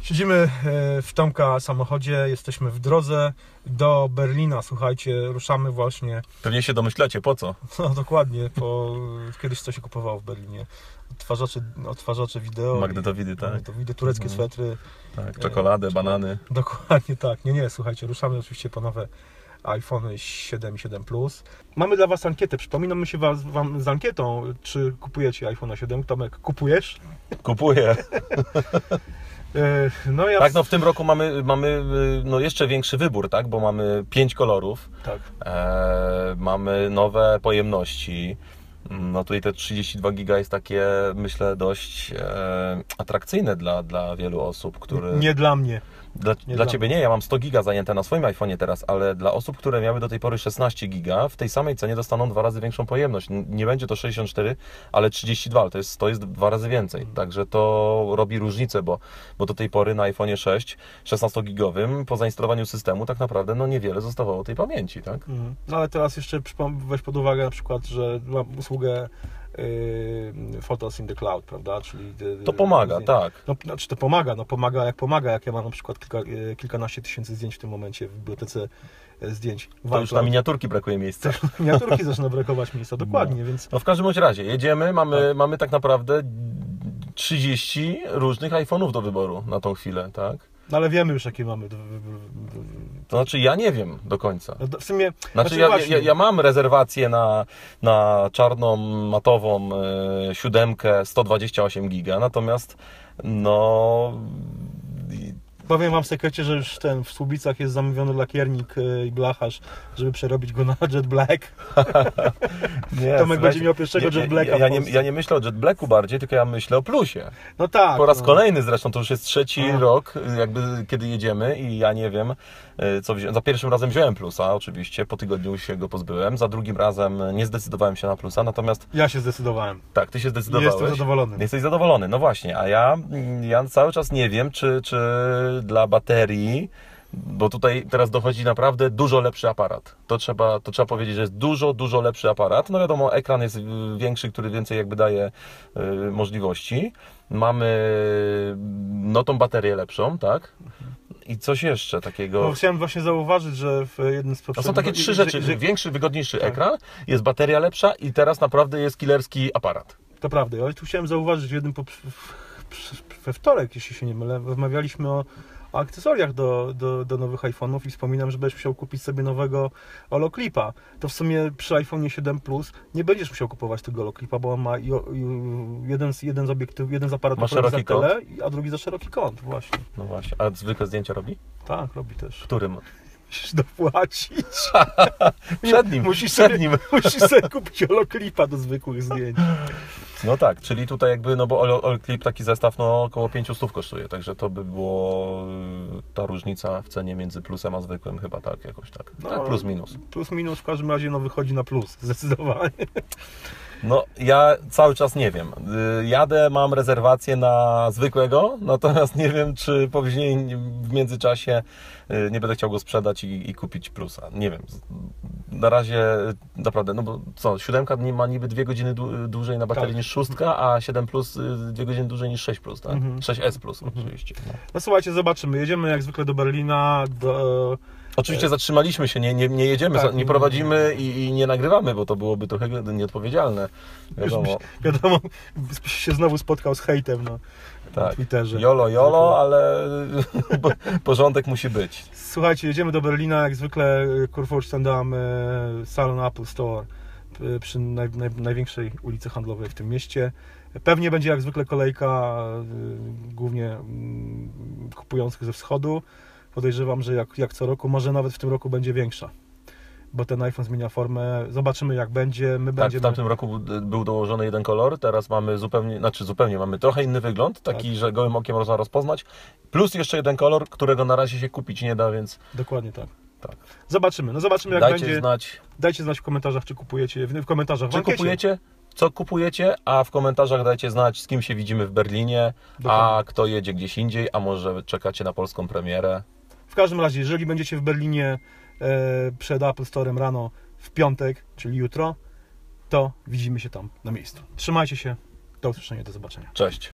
Siedzimy e, w Tomka samochodzie, jesteśmy w drodze do Berlina, słuchajcie, ruszamy właśnie, Pewnie się domyślacie, po co? no dokładnie, po kiedyś co się kupowało w Berlinie. Odtwarzacze, odtwarzacze wideo. i- Magnetowidy, tak. Magnetowidy, tureckie Mhm. swetry. Tak, czekoladę, banany. Dokładnie tak. Nie, nie, słuchajcie, ruszamy oczywiście po nowe iPhone 7 i 7 Plus. Mamy dla Was ankietę. Przypominamy się was, Wam z ankietą, czy kupujecie iPhone 7. Tomek, kupujesz? Kupuję. E, No ja... Tak, no w tym roku mamy, mamy y, no jeszcze większy wybór, tak? Bo mamy pięć kolorów, tak. e, mamy nowe pojemności. Mm, No tutaj te 32 giga jest takie, myślę, dość e, atrakcyjne dla, dla wielu osób, które... Nie dla mnie. Dla, Nie dla dla ciebie nie, ja mam 100 giga zajęte na swoim iPhone'ie teraz, ale dla osób, które miały do tej pory 16 giga, w tej samej cenie dostaną dwa razy większą pojemność. N- Nie będzie to 64, ale 32, ale to jest, to jest dwa razy więcej. Mhm. Także to robi różnicę, bo, bo do tej pory na iPhone'ie 6, 16-gigowym, po zainstalowaniu systemu tak naprawdę no niewiele zostawało tej pamięci, tak? Mhm. No ale teraz jeszcze przypom- weź pod uwagę na przykład, że mam usługę yy, Photos in the Cloud, prawda? Czyli, yy, To pomaga, zdję- tak. No, znaczy to pomaga, no pomaga jak pomaga, jak ja mam na przykład kilka, yy, kilkanaście tysięcy zdjęć w tym momencie w bibliotece yy, zdjęć. w To już iCloud. na miniaturki brakuje miejsca. Też miniaturki zaczyna brakować miejsca, dokładnie, więc No w każdym bądź razie, jedziemy, mamy, mamy tak naprawdę 30 różnych iPhone'ów do wyboru na tą chwilę, tak? no, ale wiemy już jakie mamy. d- w- w- w- To znaczy ja nie wiem do końca. no, d- W sumie, Znaczy ja, właśnie, ja, ja mam rezerwację na, na czarną, matową e, siódemkę 128 giga, natomiast no... i- powiem Wam w sekrecie, że już ten w Słubicach jest zamówiony lakiernik yy, i blacharz, żeby przerobić go na Jet Black. Nie, Tomek będzie słuchajcie, miał pierwszego ja- Jet Blacka Ja, w ja, nie, Polsce. ja nie myślę o Jet Blacku bardziej, tylko ja myślę o Plusie. No tak. Po raz no. kolejny zresztą, to już jest trzeci A. rok, y, jakby kiedy jedziemy i ja nie wiem, y, co wziąłem. Za pierwszym razem wziąłem Plusa, oczywiście, po tygodniu się go pozbyłem. Za drugim razem nie zdecydowałem się na Plusa, natomiast Ja się zdecydowałem. tak, ty się zdecydowałeś. Jestem zadowolony. Jesteś zadowolony, no właśnie, a ja, mm, ja cały czas nie wiem, czy, czy dla baterii, bo tutaj teraz dochodzi naprawdę dużo lepszy aparat. To trzeba, to trzeba powiedzieć, że jest dużo, dużo lepszy aparat. No wiadomo, ekran jest y, większy, który więcej jakby daje y, możliwości. Mamy no tą baterię lepszą, tak? I coś jeszcze takiego. No, chciałem właśnie zauważyć, że w jednym z To poprzednich... są takie trzy rzeczy. Że, że, Większy, wygodniejszy Tak. ekran, jest bateria lepsza i teraz naprawdę jest killerski aparat. to prawda, ale tu chciałem zauważyć w jednym... poprz- w- We wtorek, jeśli się nie mylę, rozmawialiśmy o, o akcesoriach do, do, do nowych iPhone'ów i wspominam, że będziesz musiał kupić sobie nowego Oloclipa. To w sumie przy iPhone'ie 7 Plus nie będziesz musiał kupować tego Oloclipa, bo on ma i, o- i, jeden, z, jeden z obiektywów, jeden z aparatów Ma robi szeroki za tyle, a drugi za szeroki kąt, właśnie. No właśnie, a zwykle zdjęcia robi? Tak, robi też. Którym? Musisz dopłacić. Przed nim, Musisz przed sobie- nim. Musisz sobie kupić holoklipa do zwykłych zdjęć. No tak, czyli tutaj jakby, no bo All, All Clip taki zestaw no około 500 kosztuje, także to by było y, ta różnica w cenie między plusem a zwykłym chyba tak, jakoś tak. No. tak plus minus. Plus minus w każdym razie no wychodzi na plus, zdecydowanie. No ja cały czas nie wiem. Y, Jadę, mam rezerwację na zwykłego, natomiast nie wiem, czy później w międzyczasie y, nie będę chciał go sprzedać i, i kupić plusa. Nie wiem. Z- Na razie y, naprawdę, no bo co, siódemka dni ma niby dwie godziny dłu- dłużej na baterii Tak. niż szóstka, a 7 plus y, dwie godziny dłużej niż 6 plus, tak? Mhm. 6S plus oczywiście. No. No słuchajcie, zobaczymy. Jedziemy jak zwykle do Berlina, do... Oczywiście zatrzymaliśmy się, nie, nie, nie jedziemy, E, Tak. za- nie prowadzimy i, i nie nagrywamy, bo to byłoby trochę nieodpowiedzialne. Wiadomo. wiadomo, się znowu spotkał z hejtem no, na Tak. Twitterze. Jolo, jolo, ale po- porządek musi być. Tak, Słuchajcie, jedziemy do Berlina, jak zwykle y, Kurfürstendamm, e, salon Apple Store e, przy naj, naj, największej ulicy handlowej w tym mieście. Pewnie będzie jak zwykle kolejka e, głównie mm, kupujących ze wschodu. Podejrzewam, że jak, jak co roku, może nawet w tym roku będzie większa, bo ten iPhone zmienia formę. Zobaczymy jak będzie, my Tak, będziemy... w tamtym roku był- był dołożony jeden kolor, teraz mamy zupełnie, znaczy zupełnie, mamy trochę inny wygląd, Tak. taki, że gołym okiem można rozpoznać, plus jeszcze jeden kolor, którego na razie się kupić nie da, więc Dokładnie tak. Tak. Zobaczymy, no zobaczymy jak dajcie będzie. znać, Dajcie znać w komentarzach, czy kupujecie, w w komentarzach, w czy ankiecie. kupujecie, co kupujecie, a w komentarzach dajcie znać, z kim się widzimy w Berlinie, a Dokładnie. kto jedzie gdzieś indziej, a może czekacie na polską premierę. W każdym razie, jeżeli będziecie w Berlinie e, przed Apple Storem rano w piątek, czyli jutro, to widzimy się tam na miejscu. Trzymajcie się, do usłyszenia, do zobaczenia. Cześć!